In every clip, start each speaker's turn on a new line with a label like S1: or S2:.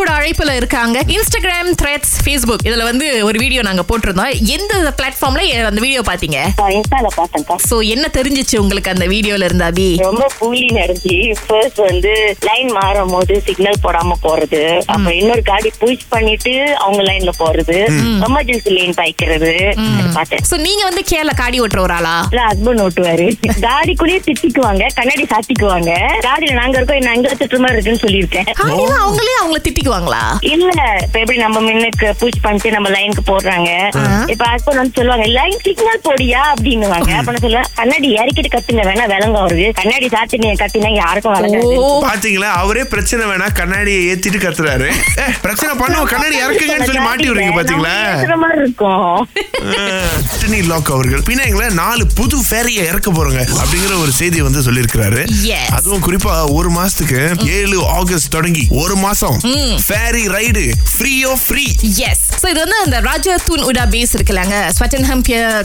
S1: கூட அழைப்புல இருக்காங்க இன்ஸ்டாகிராம் த்ரெட்ஸ் ஃபேஸ்புக் இதுல வந்து ஒரு வீடியோ நாங்க போட்டிருந்தோம் எந்த பிளாட்ஃபார்ம்ல அந்த வீடியோ பாத்தீங்க
S2: இன்ஸ்டால பார்த்தேன்க்கா
S1: சோ என்ன தெரிஞ்சிச்சு உங்களுக்கு அந்த வீடியோல இருந்து அபி
S2: ரொம்ப கூலி நடந்து ஃபர்ஸ்ட் வந்து லைன் மாறும் போது சிக்னல் போடாம போறது அப்ப இன்னொரு காடி புஷ் பண்ணிட்டு அவங்க லைன்ல போறது எமர்ஜென்சி லைன் பாய்க்கிறது பார்த்தேன்
S1: சோ நீங்க வந்து கேல காடி ஓட்டுற ஒரு ஆளா
S2: இல்ல ஹஸ்பண்ட் ஓட்டுவாரு காடிக்குள்ளேயே திட்டிக்குவாங்க கண்ணாடி சாத்திக்குவாங்க காடியில நாங்க இருக்கோம் என்ன அங்க திட்டுற மாதிரி இருக்குன்னு சொல்லியிருக்கேன்
S1: காடிலாம் அவங்களே அவங்கள திட்டிக்குவாங்களா
S2: இல்ல இப்ப எப்படி நம்ம மின்னுக்கு புஷ் பண்ணிட்டு நம்ம லைனுக்கு போடுறாங்க இப்ப ஹஸ்பண்ட் வந்து சொல்லுவாங்க லைன் சிக்னல் போடியா அப்படின்னுவாங்க அப்ப நான் சொல்லுவேன் கண்ணாடி இறக்கிட்டு கத்துங்க வேணா விளங்க அவருக்கு கண்ணாடி சாத்தி நீங்க கத்தினா யாருக்கும் விளங்காது
S1: ஓ
S3: பாத்தீங்களா அவரே பிரச்சனை வேணா கண்ணாடியை ஏத்திட்டு கத்துறாரு ஏய், பிரச்சனை பண்ணுவோம் கண்ணாடி இறக்குங்கன்னு சொல்லி மாட்டி விடுறீங்க பாத்தீங்களா
S2: நம்ம பேசுற மாதிரி இருக்கும்
S3: டினி லாக் அவர்கள் பின்னாங்கள நாலு புது ஃபேரியை இறக்க போறாங்க அப்படிங்கிற ஒரு செய்தியை வந்து சொல்லியிருக்கிறாரு
S1: Yes.
S3: அதுவும் குறிப்பா ஒரு மாசத்துக்கு ஏழு ஆகஸ்ட் தொடங்கி ஒரு மாசம் ஃபேரி ரைடு ஃப்ரீயோ ஃப்ரீ
S1: எஸ் சோ இது வந்து அந்த ராஜா தூன் உடா பேஸ் இருக்குல்லங்க ஸ்வட்டன்ஹாம்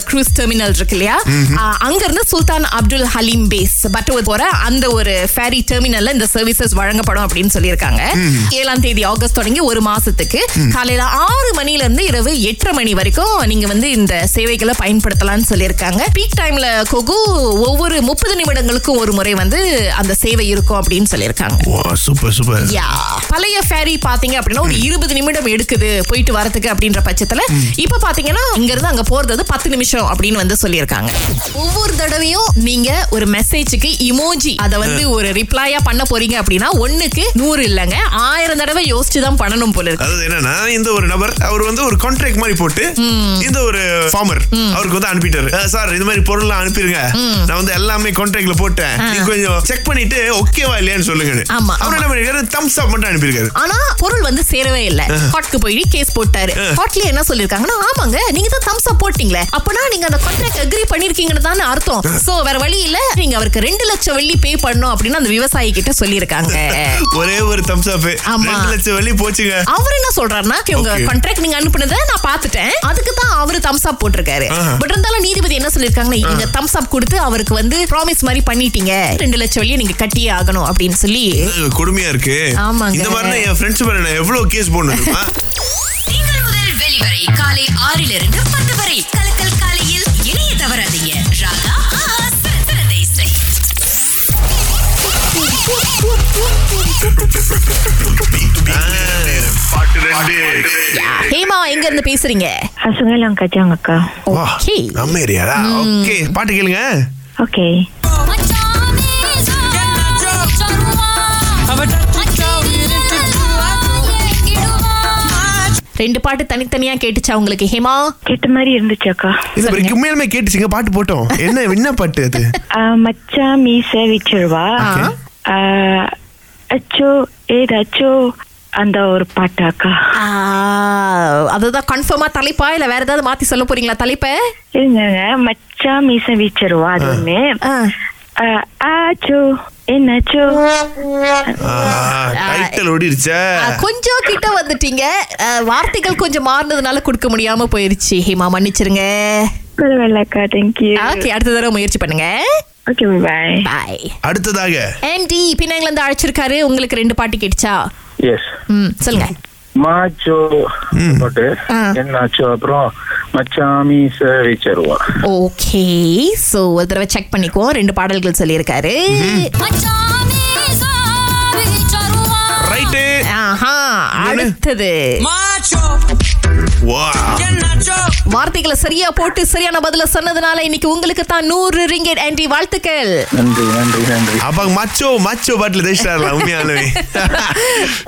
S1: க்ரூஸ் டெர்மினல் இருக்கு இல்லையா ஆஹ், அங்க இருந்து சுல்தான் அப்துல் ஹலீம் பேஸ் பட்டவர் போற அந்த ஒரு ஃபேரி டெர்மினல்ல இந்த சர்வீசஸ் வழங்கப்படும் அப்படின்னு சொல்லியிருக்காங்க ஏழாம் தேதி ஆகஸ்ட் தொடங்கி ஒரு மாசத்துக்கு காலையில ஆறு மணில இருந்து இரவு எட்டரை மணி வரைக்கும் நீங்க வந்து இந்த சேவைகளை பயன்படுத்தலாம்னு சொல்லியிருக்காங்க பீக் டைம்ல கொகு ஒவ்வொரு முப்பது நிமிடங்களுக்கும் ஒரு முறை வந்து அந்த சேவை இருக்கும் அப்படின்னு சொல்லியிருக்காங்க
S3: வா சூப்பர் சூப்பர்
S1: யா பழைய ஃபேரி பாத்தீங்க அப்படின்னா ஒரு இருபது நிமிடம் எடுக்குது போயிட்டு வரதுக்கு அப்படின்ற பட்சத்துல இப்ப பாத்தீங்கன்னா இங்க இருந்து அங்க போறது வந்து பத்து நிமிஷம் அப்படின்னு வந்து சொல்லியிருக்காங்க ஒவ்வொரு தடவையும் நீங்க ஒரு மெசேஜுக்கு இமோஜி அத வந்து ஒரு ரிப்ளையா பண்ண போறீங்க அப்படின்னா ஒண்ணுக்கு நூறு இல்லங்க ஆயிரம் தடவை யோசிச்சு தான் பண்ணணும் போல இருக்கு
S3: அதாவது என்னன்னா இந்த ஒரு நபர் அவர் வந்து ஒரு கான்ட்ராக்ட் மாதிரி போட்டு இந்த ஒரு ஃபார்மர் அவருக்கு வந்து அனுப்பிட்டாரு சார் இது மாதிரி பொருள்லாம் அனுப்பிருங்க நான் வந்து எல்லாமே கான்ட்ராக்ட்ல போட்டேன் நீங்க கொஞ்சம் செக் பண்ணிட்டு ஓகேவா இல்லையான்னு சொல்லுங்க
S1: ஆமா,
S3: அவர் என்ன பண்ணிருக்காரு தம்ஸ் அப் மட்டும் அனுப்பியிருக்காரு
S1: ஆனா பொருள் வந்து சேரவே இல்ல ஹாட்க்கு போய் கேஸ் போட்டாரு ஹாட்ல என்ன சொல்லிருக்காங்கன்னா ஆமாங்க நீங்க தான் தம்ஸ் அப் போட்டீங்களே அப்பனா நீங்க அந்த கான்ட்ராக்ட் அக்ரி பண்ணிருக்கீங்கன்னு தானே அர்த்தம் சோ வேற வழி இல்ல நீங்க அவருக்கு ரெண்டு லட்சம் வெள்ளி பே பண்ணணும் அப்படின்னு அந்த விவசாயி கிட்ட சொல்லியிருக்காங்க
S3: ஒரே ஒரு தம்ஸ் அப்
S1: ஆமா.
S3: ரெண்டு லட்சம் வெள்ளி போச்சுங்க
S1: அவர் என்ன சொல்றாருன்னா "Okay, உங்க
S3: Okay.
S1: கான்ட்ராக்ட் நீங்க அனுப்புனதை நான் பாத்துட்டேன் அதுக்கு தான் அவரு தம்ஸ் அப் போட்டிருக்காரு
S3: ஆஹா.
S1: பட் இருந்தாலும் நீதிபதி என்ன சொல்லிருக்காங்கன்னா நீங்க தம்ஸ் அப் கொடுத்து அவருக்கு வந்து ப்ராமிஸ் மாதிரி பண்ணிட்டீங்க ரெண்டு லட்சம் வெளியே நீங்க கட்டியே ஆகணும் அப்படின்னு சொல்லி
S3: கொடுமையா இருக்கு
S1: ஆமாங்க.
S3: இந்த மாதிரி என் ஃப்ரெண்ட்ஸ் மேல நான் எவ்வளவு கேஸ் போடணும்
S4: திங்கள் முதல் வெளிவரை காலை ஆறிலிருந்து பத்து வரை கலக்கல் காலையில் இணைய தவறாதீங்க ராகா ஆஹா, சிறந்த இசை.
S1: ஹேமா எங்க இருந்து பேசுறீங்க
S2: அசுங்கலாம் கச்சாங்கக்கா
S1: Okay.
S3: நம்ம ஏரியாரா ஓகே பாட்டு கேளுங்க
S2: ஓகே
S4: மச்சானே சொல்லுவா, சொல்லுவா. எங்கிடுவா.
S1: ரெண்டு பாட்டு தனித்தனியா கேட்டுச்சா உங்களுக்கு ஹேமா
S2: கேட்ட மாதிரி இருந்துச்சாக்கா
S3: இது வரைக்கும் உண்மையிலுமே கேட்டுச்சுங்க பாட்டு போட்டோம் என்ன என்ன பாட்டு அது
S2: மச்சா மீச விச்சிருவா
S3: Okay.
S2: அச்சோ ஏதாச்சோ அந்த ஒரு பாட்டாக்கா
S1: அதுதான் கன்ஃபார்மா தலைப்பா இல்ல வேற ஏதாவது மாத்தி சொல்ல போறீங்களா தலைப்ப
S2: இருங்க மச்சா மீச வீச்சருவா அது ஒண்ணு
S1: ஆ.
S2: ஆ, ஆச்சோ என்னாச்சோ
S3: டைட்டில் ஓடிடுச்சா
S1: ஆ, கொஞ்சம் கிட்ட வந்துட்டீங்க ஆ, வார்த்தைகள் கொஞ்சம் மாறினதுனால கொடுக்க முடியாம போயிருச்சு ஹேமா மன்னிச்சிருங்க
S2: பரவாயில்லக்கா தேங்க்யூ
S1: ஓகே அடுத்த தடவை முயற்சி பண்ணுங்க
S2: ஓகே பாய்
S1: பாய்
S3: அடுத்ததாக
S1: ஆண்டி பின்னாங்கல இருந்து அழைச்சிருக்காரு உங்களுக்கு ரெண்டு பாட்டு கேட்டுச்சா
S5: எஸ்
S1: ம் சொல்லுங்க
S5: மாச்சோ போட்டு
S1: ஆ.
S5: என்னாச்சோ அப்புறம் மச்சாமி சேவிச்சருவா
S1: ஓகே சோ ஒரு தடவை செக் பண்ணிக்குவோம் ரெண்டு பாடல்கள் சொல்லியிருக்காரு
S4: மச்சானே சொல்லுவா.
S3: ரைட்டு
S1: ஆஹா அடுத்தது
S3: வா
S1: வார்த்தைகளை சரியா போட்டு சரியான பதில சொன்னதுனால இன்னைக்கு உங்களுக்கு தான் நூறு ரிங்கெட் ஆண்டி வாழ்த்துக்கள்
S5: நன்றி நன்றி நன்றி
S3: அப்பா மச்சோ மச்சோ பாட்டுல தேய்ச்சிட்டாருல உண்மையாலுமே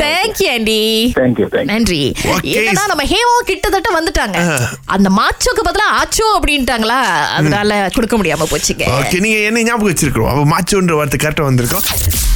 S1: தேங்க்யூ ஆண்டி
S5: தேங்க்யூ தேங்க்யூ
S1: நன்றி
S3: Okay.
S1: என்னன்னா நம்ம ஹேமோ கிட்டத்தட்ட வந்துட்டாங்க
S3: ஆஹா.
S1: அந்த மாச்சோக்கு பதிலா ஆச்சோ அப்படின்ட்டாங்களா அதனால கொடுக்க முடியாம போச்சுங்க
S3: ஓகே நீங்க என்ன ஞாபகம் வச்சிருக்கோம் அப்ப மாச்சோன்ற வார்த்தை கரெக்டா வந்திருக்கோம்